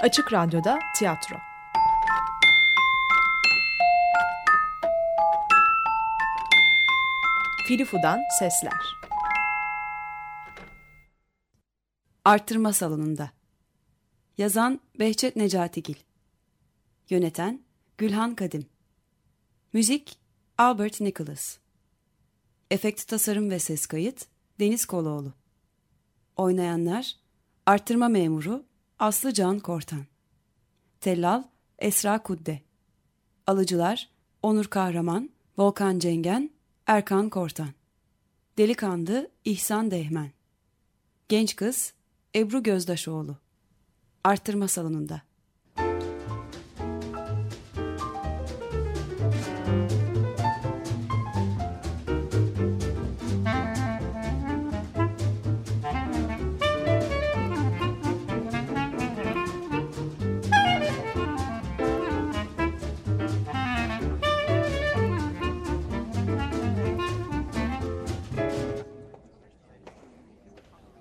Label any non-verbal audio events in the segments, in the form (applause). Açık Radyo'da tiyatro. Filifu'dan sesler. Artırma Salonu'nda. Yazan Behçet Necatigil. Yöneten Gülhan Kadim. Müzik Albert Nicholas. Efekt tasarım ve ses kayıt Deniz Koloğlu. Oynayanlar Artırma Memuru Aslı Can Kortan. Tellal Esra Kudde. Alıcılar Onur Kahraman, Volkan Cengen, Erkan Kortan. Delikanlı İhsan Dehmen. Genç kız Ebru Gözdaşoğlu. Artırma salonunda.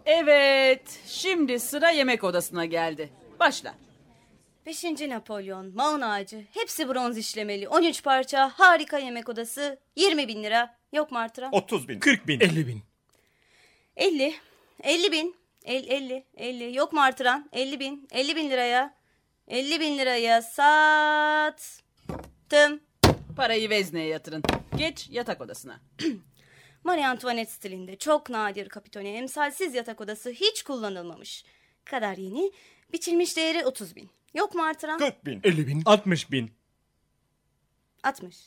Evet, şimdi sıra yemek odasına geldi. Başla. Beşinci Napolyon, Maun Ağacı, hepsi bronz işlemeli. 13 parça, harika yemek odası, 20 bin lira. Yok mu artıran? 30 bin. 40 bin. 50 bin. 50, 50 bin, El, 50, 50. Yok mu artıran? 50 bin, 50 bin liraya, 50 bin liraya sattım. Parayı vezneye yatırın. Geç yatak odasına. Marie Antoinette stilinde çok nadir kapitone emsalsiz yatak odası hiç kullanılmamış. Kadar yeni, biçilmiş değeri 30 bin. Yok mu artıran? 40 bin. 50 bin. 60 bin. 60.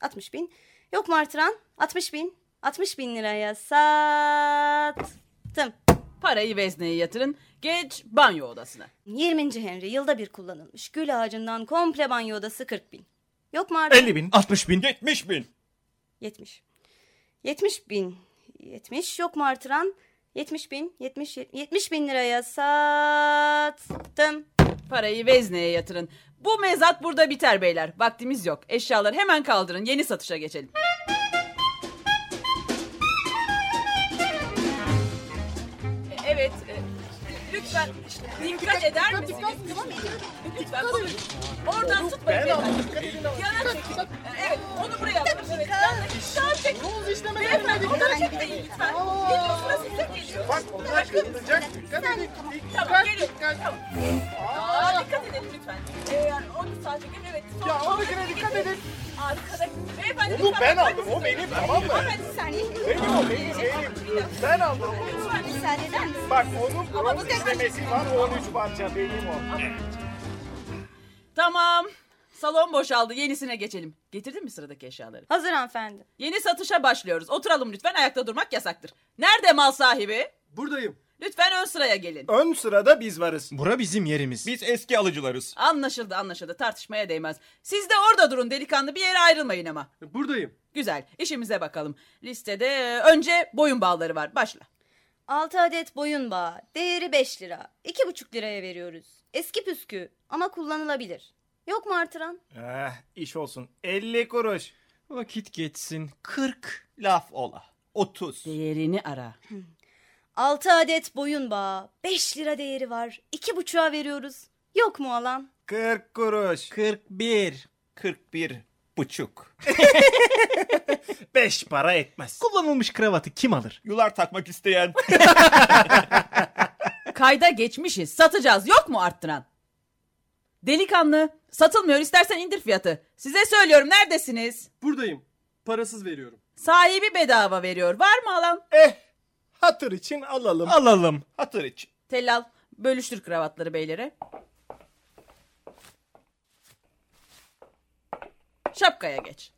60 bin. Yok mu artıran? 60 bin. 60 bin liraya sattım. Parayı vezneye yatırın. Geç banyo odasına. 20. Henry yılda bir kullanılmış. Gül ağacından komple banyo odası 40 bin. Yok mu artıran? 50 bin. 60 bin. 70 bin. 70. 70 bin. 70 yok mu artıran? 70 bin. 70, 70 bin liraya sattım. Parayı vezneye yatırın. Bu mezat burada biter beyler. Vaktimiz yok. Eşyaları hemen kaldırın. Yeni satışa geçelim. E, Evet. e, Lütfen dikkat eder misiniz? Lütfen buyurun. Oradan tutmayın. beyefendi. Yana çekin. E, Evet onu buraya atın. Evet. Yana çekin. Yana çekin. Beyefendi onları çekmeyin lütfen. Geliyorsunuz siz de geliyorsunuz. Tamam gelin. Tamam. Aa, dikkat edin lütfen. Ee, yani onu sadece gün evet. Son, ya onunkine dikkat edin. Arkada. Beyefendi Onu ben aldım. O benim tamam mı? Beyefendi bir saniye. Benim o benim benim. Ben aldım. Lütfen bir Müsaade eder misin? Bak onun Ama bu bronz tek- işlemesi var 13 parça benim o. Tamam. Salon boşaldı. Yenisine geçelim. Getirdin mi sıradaki eşyaları? Hazır hanımefendi. Yeni satışa başlıyoruz. Oturalım lütfen. Ayakta durmak yasaktır. Nerede mal sahibi? Buradayım. Lütfen ön sıraya gelin. Ön sırada biz varız. Bura bizim yerimiz. Biz eski alıcılarız. Anlaşıldı anlaşıldı. Tartışmaya değmez. Siz de orada durun delikanlı. Bir yere ayrılmayın ama. Buradayım. Güzel. İşimize bakalım. Listede önce boyun bağları var. Başla. 6 adet boyun bağı. Değeri 5 lira. 2,5 liraya veriyoruz. Eski püskü ama kullanılabilir. Yok mu artıran? Eh, iş olsun. 50 kuruş. Vakit geçsin. 40 laf ola. 30. Değerini ara. 6 adet boyun bağı. 5 lira değeri var. 2,5'a veriyoruz. Yok mu alan? 40 kuruş. 41. 41 (laughs) buçuk. 5 para etmez. Kullanılmış kravatı kim alır? Yular takmak isteyen. Kayda geçmişiz. Satacağız. Yok mu arttıran? Delikanlı. Satılmıyor. İstersen indir fiyatı. Size söylüyorum. Neredesiniz? Buradayım. Parasız veriyorum. Sahibi bedava veriyor. Var mı alan? eh, hatır için alalım. (laughs) Alalım. Hatır için. Tellal. Bölüştür kravatları beylere. Şapkaya geç.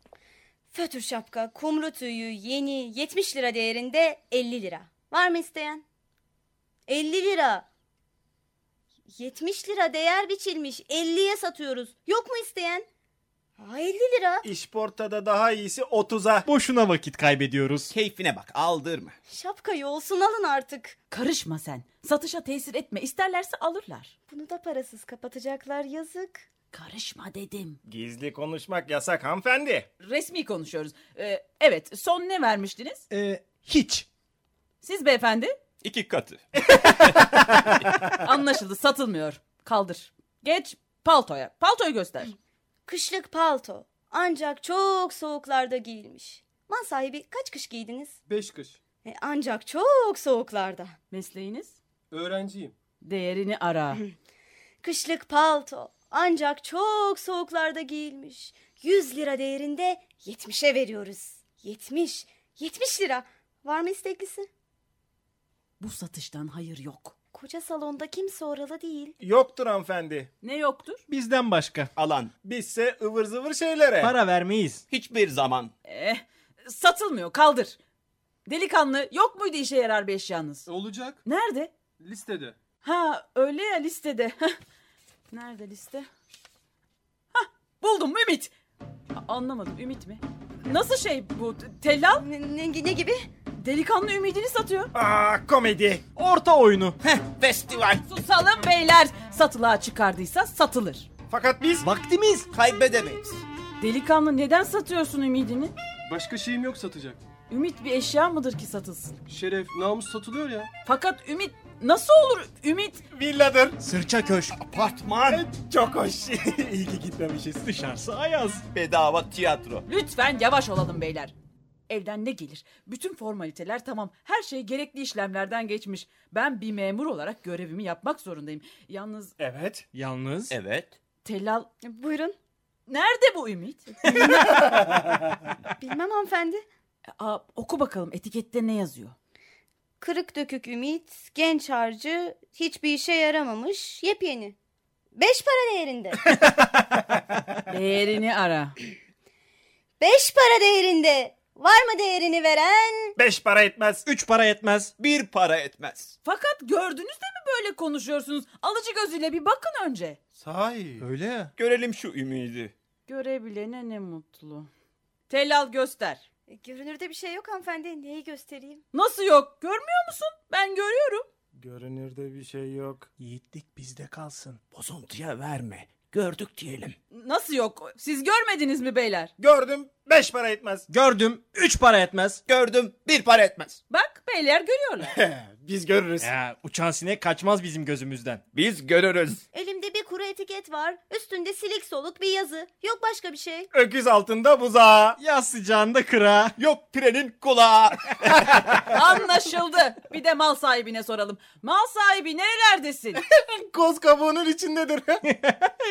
Fötür şapka, kumru tüyü, yeni 70 lira değerinde 50 lira. Var mı isteyen? 50 lira. 70 lira değer biçilmiş. 50'ye satıyoruz. Yok mu isteyen? Ha, 50 lira. İşportada daha iyisi 30'a. Boşuna vakit kaybediyoruz. Keyfine bak aldırma. Şapkayı olsun alın artık. Karışma sen. Satışa tesir etme. İsterlerse alırlar. Bunu da parasız kapatacaklar yazık. Karışma dedim. Gizli konuşmak yasak hanımefendi. Resmi konuşuyoruz. Ee, evet. Son ne vermiştiniz? Ee, hiç. (laughs) Siz beyefendi? İki katı. Anlaşıldı. Satılmıyor. Kaldır. Geç paltoya. Paltoyu göster. Kışlık palto. Ancak çok soğuklarda giyilmiş. Mal sahibi kaç kış giydiniz? Beş kış. E, ancak çok soğuklarda. Mesleğiniz? Öğrenciyim. Değerini ara. Kışlık palto. Ancak çok soğuklarda giyilmiş. 100 lira değerinde 70'e veriyoruz. 70. 70 lira. Var mı isteklisi? Bu satıştan hayır yok. Koca salonda kimse oralı değil. Yoktur hanımefendi. Ne yoktur? Bizden başka. Alan Bizse ıvır zıvır şeylere. Para vermeyiz. hiçbir zaman Eh, satılmıyor kaldır. Delikanlı yok muydu işe yarar bir eşyanız? Olacak. Nerede? Listede. Ha öyle ya listede. (laughs) Nerede liste? Hah buldum Ümit. A- Anlamadım Ümit mi? Nasıl şey bu tellal? Ne, ne, ne gibi? Delikanlı ümidini satıyor. Aa komedi. Orta oyunu. festival Susalım beyler. Satılığa çıkardıysa satılır. Fakat biz Vaktimiz. kaybedemeyiz. Delikanlı neden satıyorsun ümidini? Başka şeyim yok satacak. Ümit bir eşya mıdır ki satılsın? Şeref, namus satılıyor ya. Fakat ümit nasıl olur ümit? villadır. Sırça köşk. Apartman Çok hoş. (laughs) İyi ki gitmemişiz. Dışarısı ayaz. bedava tiyatro. Lütfen yavaş olalım beyler. Evden ne gelir? Bütün formaliteler tamam. Her şey gerekli işlemlerden geçmiş. Ben bir memur olarak görevimi yapmak zorundayım. Yalnız Evet. Yalnız. Evet. tellal Buyurun. nerede bu Ümit? Bilmem hanımefendi. (laughs) Aa, oku bakalım etikette ne yazıyor? Kırık dökük ümit, genç harcı, hiçbir işe yaramamış, yepyeni. Beş para değerinde. Değerini ara. Beş para değerinde. Var mı değerini veren? Beş para etmez. Üç para yetmez. Bir para etmez. Fakat gördünüz de mi böyle konuşuyorsunuz? Alıcı gözüyle bir bakın önce. Sahi. Öyle ya. Görelim şu ümidi. Görebilene ne mutlu. Tellal göster. Görünürde bir şey yok hanımefendi. Neyi göstereyim? Nasıl yok? Görmüyor musun? Ben görüyorum. Görünürde bir şey yok. Yiğitlik bizde kalsın. Bozuntuya verme. Gördük diyelim. Nasıl yok? Siz görmediniz mi beyler? Gördüm. Beş para etmez. Gördüm. Üç para yetmez. Gördüm bir para etmez. Bak beyler görüyorlar. (laughs) Biz görürüz. Ya uçan sinek kaçmaz bizim gözümüzden. Biz görürüz. Elimde bir kuru etiket var. Üstünde silik soluk bir yazı. Yok başka bir şey. Öküz altında buzağı. Ya sıcağında kıra. Yok trenin kulağı. Anlaşıldı. Bir de mal sahibine soralım. Mal sahibi (laughs) nerelerdesin? Koz (laughs) kabuğunun içindedir.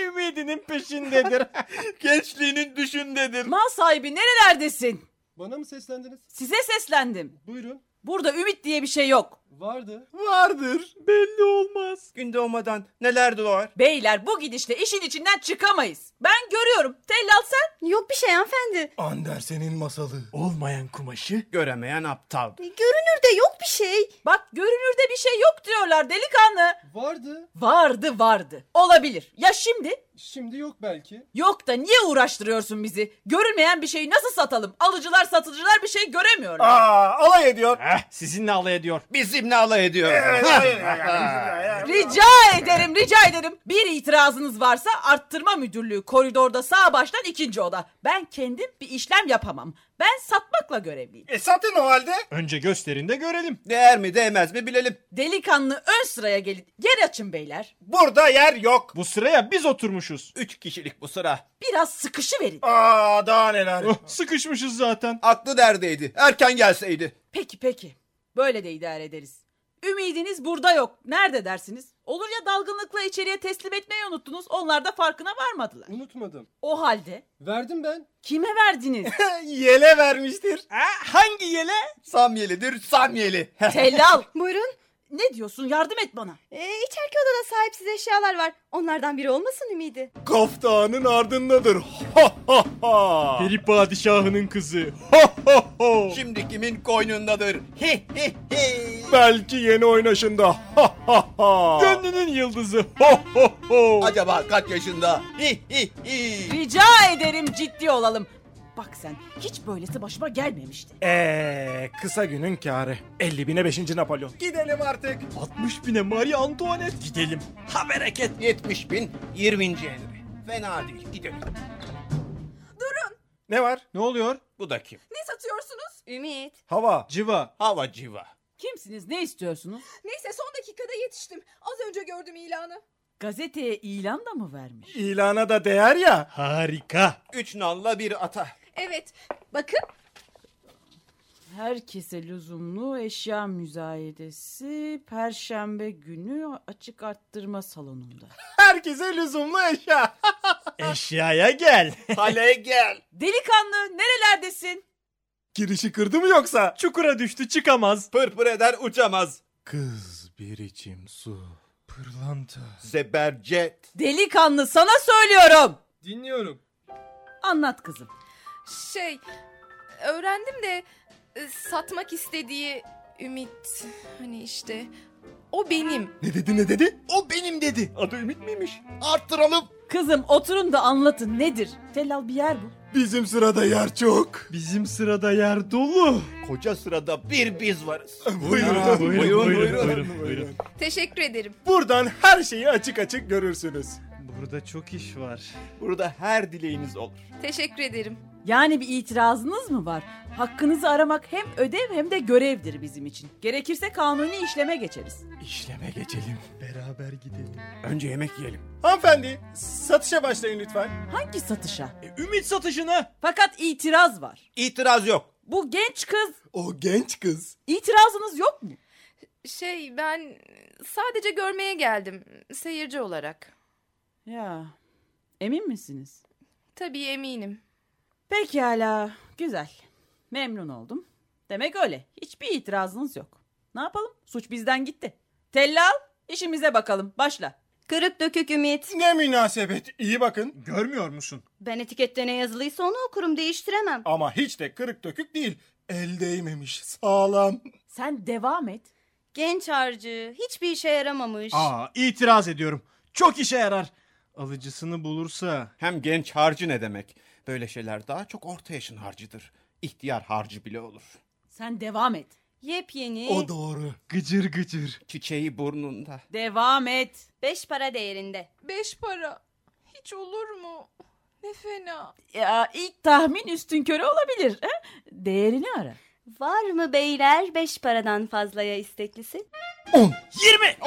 Ümidinin peşindedir. (laughs) Gençliğinin düşündedir. Mal sahibi nerelerdesin? Bana mı seslendiniz? Size seslendim. Buyurun. Burada ümit diye bir şey yok. Vardı. Vardır. Belli olmaz. Gün doğmadan neler doğar? Beyler bu gidişle işin içinden çıkamayız. Ben görüyorum. Tellal sen. Yok bir şey hanımefendi. Andersen'in masalı. Olmayan kumaşı. Göremeyen aptal. E, Görünürde yok bir şey. Bak görünürde bir şey yok diyorlar delikanlı. Vardı. Vardı vardı. Olabilir. Ya şimdi? Şimdi yok belki. Yok da niye uğraştırıyorsun bizi? Görünmeyen bir şeyi nasıl satalım? Alıcılar satıcılar bir şey göremiyorlar. Aa alay ediyor. Heh, sizinle alay ediyor. Bizimle alay ediyor. (laughs) Rica ederim, rica ederim. Bir itirazınız varsa arttırma müdürlüğü koridorda sağ baştan ikinci oda. Ben kendim bir işlem yapamam. Ben satmakla görevliyim. e satın o halde. Önce gösterin de görelim. Değer mi değmez mi bilelim. Delikanlı ön sıraya gelin. Yer açın beyler. Burada yer yok. Bu sıraya biz oturmuşuz. Üç kişilik bu sıra. Uh, Biraz sıkışı verin. Aa daha neler. Oh, sıkışmışız zaten. Aklı derdeydi. Erken gelseydi. Peki peki. Böyle de idare ederiz. Ümidiniz burada yok. Nerede dersiniz? Olur ya dalgınlıkla içeriye teslim etmeyi unuttunuz. Onlar da farkına varmadılar. Unutmadım. O halde Verdim ben. kime (laughs) verdiniz? E, Yele vermiştir. Ha, hangi yele? Samyelidir Samyeli. Tellal. Buyurun. Ne diyorsun? Yardım et bana. Ee, içerki odada sahipsiz eşyalar var. Onlardan biri olmasın ümidi. Kaftanın ardındadır. Ha ha ha. Peri padişahının kızı. Ho ho ho. Şimdi kimin koynundadır? Hi hi hi. Belki yeni oynaşında. Ha ha ha. Gönlünün yıldızı. Ho ho ho. Acaba kaç yaşında? Hi hi hi. Rica ederim ciddi olalım. Bak sen hiç böylesi başıma gelmemişti. Eee kısa günün kârı. 50 bine 5. Napolyon. Gidelim artık. 60 bine Marie Antoinette. Gidelim. Ha bereket. 70 bin 20. Henry. Fena değil. Gidelim. Ne var? Ne oluyor? Bu da kim? Ne satıyorsunuz? Ümit. Hava. Civa. Hava civa. Kimsiniz ne istiyorsunuz? Neyse son dakikada yetiştim. Az önce gördüm ilanı. Gazeteye ilan da mı vermiş? İlana da değer ya. Harika. Üç nalla bir (laughs) ata. Evet. Bakın Herkese lüzumlu eşya müzayedesi Perşembe günü açık arttırma salonunda. Herkese lüzumlu eşya. (laughs) Eşyaya gel. (laughs) Hale gel. Delikanlı nerelerdesin? Girişi kırdı mı yoksa? Çukura düştü çıkamaz. Pırpır eder uçamaz. Kız bir içim su. Pırlanta. Zebercet. Delikanlı sana söylüyorum. Dinliyorum. Anlat kızım. şey öğrendim de e, satmak istediği Ümit hani işte o benim. Ne dedi ne dedi? O benim dedi. Adı Ümit miymiş? Arttıralım. Kızım oturun da anlatın nedir? Tellal bir yer bu. Bizim sırada yer çok. Bizim sırada yer dolu. Koca sırada bir biz (laughs) varız. Buyurun. buyurun. Teşekkür ederim. Buradan her şeyi açık açık görürsünüz. Burada çok iş var. Burada her dileğiniz olur. Teşekkür ederim. Yani bir itirazınız mı var? Hakkınızı aramak hem ödev hem de görevdir bizim için. Gerekirse kanuni işleme geçeriz. İşleme geçelim. Beraber gidelim. Önce yemek yiyelim. Hanımefendi satışa başlayın lütfen. Hangi satışa? E, ümit satışına. Fakat itiraz var. İtiraz yok. Bu genç kız O genç kız. itirazınız yok mu? Şey ben sadece görmeye geldim seyirci olarak. Ya emin misiniz? Tabii eminim. Pekala güzel. Memnun oldum. Demek öyle. Hiçbir itirazınız yok. Ne yapalım? Suç bizden gitti. Tellal işimize bakalım. Başla. Kırık dökük ümit. Ne münasebet iyi bakın. Görmüyor musun? Ben etikette ne yazılıysa onu okurum değiştiremem. Ama hiç de kırık dökük değil. El değmemiş sağlam. Sen devam et. Genç harcı hiçbir işe yaramamış. Aa itiraz ediyorum. Çok işe yarar. Alıcısını bulursa. Hem genç harcı ne demek? Böyle şeyler daha çok orta yaşın harcıdır. İhtiyar harcı bile olur. Sen devam et. Yepyeni. O doğru. Gıcır gıcır. Çiçeği burnunda. Devam et. Beş para değerinde. Beş para. Hiç olur mu? Ne fena. Ya ilk tahmin üstünkörü olabilir. He? Değerini ara. Var mı beyler beş paradan fazlaya isteklisi? 10, 20,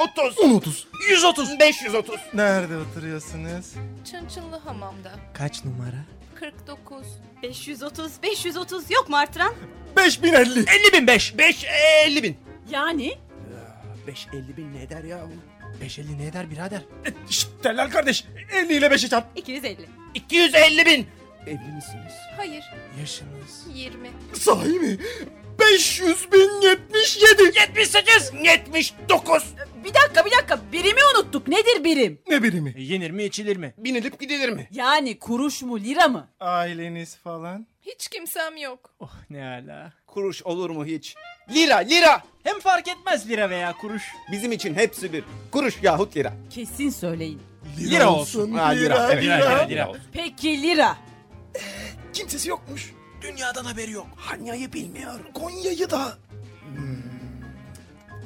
30, 10, 30. 130, 530. Nerede oturuyorsunuz? Çınçınlı hamamda. Kaç numara? 49. 530, 530 yok mu artıran? 5050. 50 bin 5. 5, 50 bin. Yani 5 50 bin ne eder ya? 5 50 ne eder birader? E, Şşt Delal kardeş 50 ile 5'i çarp. 250. 250 bin. Evli misiniz? Hayır Yaşınız. 20. Sahi mi? 500 bin 77. 78, 79. bir dakika bir dakika birimi unuttuk. Nedir birim? Ne birimi? E, yenir mi içilir mi? Binilip gidilir mi? Yani kuruş mu lira mı? Aileniz falan. Hiç kimsem yok. Oh ne ala. Kuruş olur mu hiç? Lira, lira. Hem fark etmez lira veya kuruş. Bizim için hepsi bir. Kuruş yahut lira. Kesin söyleyin. Lira olsun. Ha, lira, evet, Lira, lira, lira. Peki lira. Kimsesi yokmuş. Dünyadan haberi yok. Hanya'yı bilmiyor. Konya'yı da.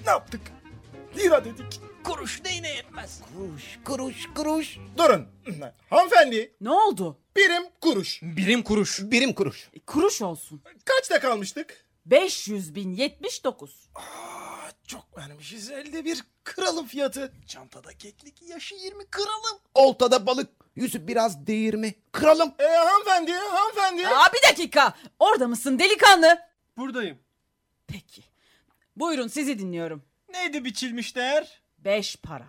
Ne yaptık? Lira dedik. Kuruş neyine yetmez? Kuruş, kuruş, kuruş. Durun. (clears throat) Hanımefendi Ne oldu? birim kuruş. Birim kuruş. Birim kuruş. E, kuruş olsun. Kaçta kalmıştık? 500 bin 79. Çok vermişiz elde bir kralım fiyatı. Çantada keklik yaşı 20 kralım. Oltada balık. Yüzü biraz değirmi. Kralım. Ee, hanımefendi hanımefendi. Aa bir dakika. Orada mısın delikanlı? Buradayım. Peki. Buyurun sizi dinliyorum. Neydi biçilmiş değer? 5 para.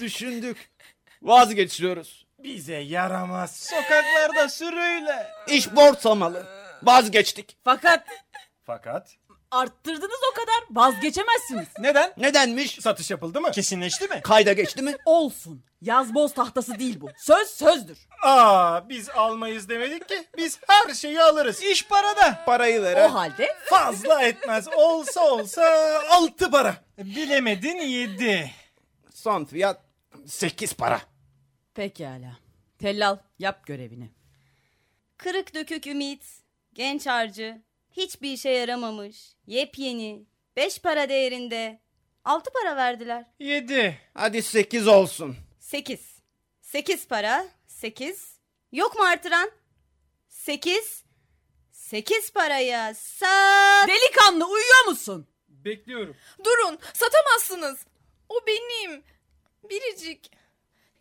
Düşündük. Vazgeçiyoruz. Bize yaramaz. Sokaklarda sürüyle. İş borsa malı. Vazgeçtik. Fakat Fakat arttırdınız o kadar vazgeçemezsiniz. Neden? Nedenmiş? satış yapıldı mı? Kesinleşti mi? Kayda geçti mi? Olsun. Yaz boz tahtası değil bu. Söz sözdür. Aa biz almayız demedik ki. Biz her şeyi alırız. İş parada. (laughs) Parayı veren. O halde Fazla etmez. Olsa olsa altı para. Bilemedin yedi. Son fiyat 8 para. pekala. Tellal yap görevini. Kırık dökük ümit. Genç harcı. Hiçbir işe yaramamış. Yepyeni. Beş para değerinde. Altı para verdiler. Yedi. Hadi 8 olsun. Sekiz. Sekiz para. Sekiz. Yok mu artıran? Sekiz. Sekiz paraya sat. Delikanlı uyuyor musun? Bekliyorum. Durun, satamazsınız. O benim. Biricik.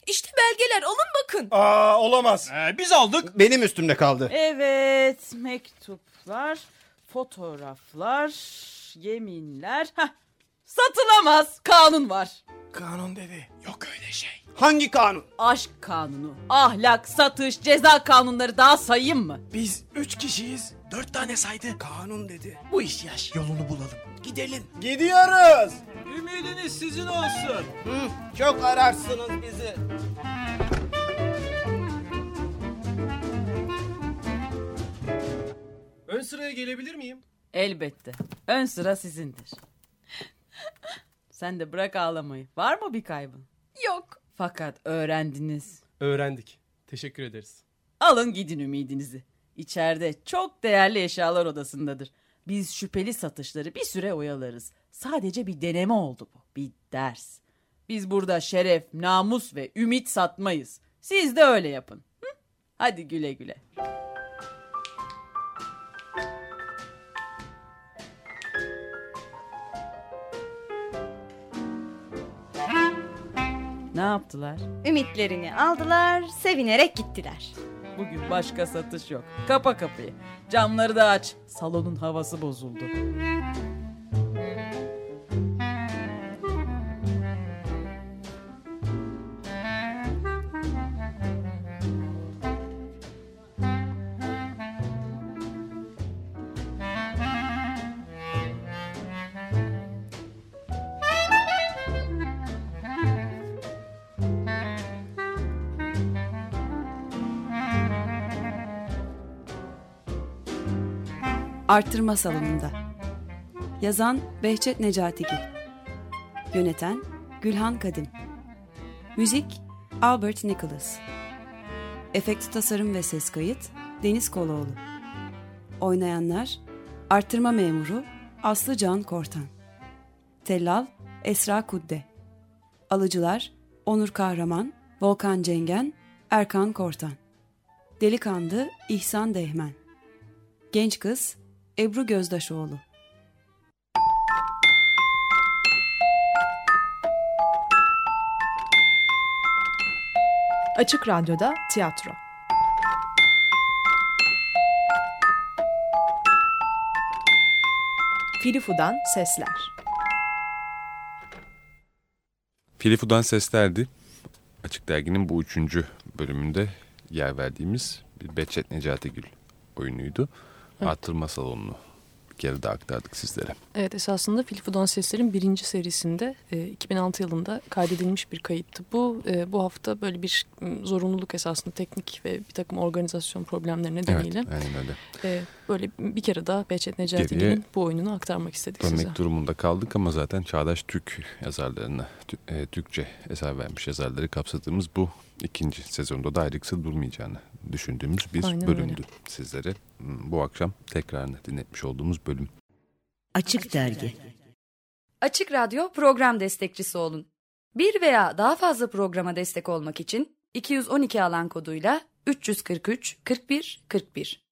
İşte belgeler, alın bakın. Aa olamaz. Ee, biz aldık. Benim üstümde kaldı. Evet, mektuplar, fotoğraflar, yeminler. Hah, satılamaz. Kanun var. Kanun dedi. Yok öyle şey. Hangi kanun? Aşk kanunu, ahlak, satış, ceza kanunları daha sayayım mı? Biz üç kişiyiz. Dört tane saydı. Kanun dedi. Bu iş yaş. Yolunu bulalım. Gidelim. Gidiyoruz. Ümidiniz sizin olsun. Çok ararsınız bizi. Ön sıraya gelebilir miyim? Elbette. Ön sıra sizindir. Sen de bırak ağlamayı. Var mı bir kaybın? Yok. Fakat öğrendiniz. Öğrendik. Teşekkür ederiz. Alın gidin ümidinizi. İçeride çok değerli eşyalar odasındadır. Biz şüpheli satışları bir süre oyalarız. Sadece bir deneme oldu bu. Bir ders. Biz burada şeref, namus ve ümit satmayız. Siz de öyle yapın. Hı? Hadi güle güle. Ne yaptılar? Ümitlerini aldılar, sevinerek gittiler. Bugün başka satış yok. Kapa kapıyı. Camları da aç. Salonun havası bozuldu. Artırma Salonu'nda. Yazan Behçet Necatigil. Yöneten Gülhan Kadim. Müzik Albert Nicholas. Efekt tasarım ve ses kayıt Deniz Koloğlu. Oynayanlar Artırma Memuru Aslı Can Kortan. Tellal Esra Kudde. Alıcılar Onur Kahraman, Volkan Cengen, Erkan Kortan. Delikanlı İhsan Dehmen. Genç kız Ebru Gözdaşoğlu. Açık Radyo'da tiyatro. Filifu'dan sesler. Pilifu'dan seslerdi. Açık Dergi'nin bu üçüncü bölümünde yer verdiğimiz bir Behçet Necati Gül oyunuydu. Artırma salonunu bir kere daha aktardık sizlere. Evet esasında Filifudan Sesler'in birinci serisinde e, 2006 yılında kaydedilmiş bir kayıttı. Bu e, bu hafta böyle bir m, zorunluluk esasında teknik ve bir takım organizasyon problemleri nedeniyle Evet, aynen öyle. e, böyle bir kere daha Behçet Necati Geriye Gül'ün bu oyununu aktarmak istedik Dönmek size. durumunda kaldık ama zaten çağdaş Türk yazarlarına, tü- e, Türkçe eser vermiş yazarları kapsadığımız bu ikinci sezonda da ayrıksı durmayacağını düşündüğümüz bir Aynen öyle. bölümdü sizlere. m, Bu akşam tekrarını dinletmiş olduğumuz bölüm. Açık Dergi. Açık Radyo program destekçisi olun. Bir veya daha fazla programa destek olmak için 212 alan koduyla 343 41 41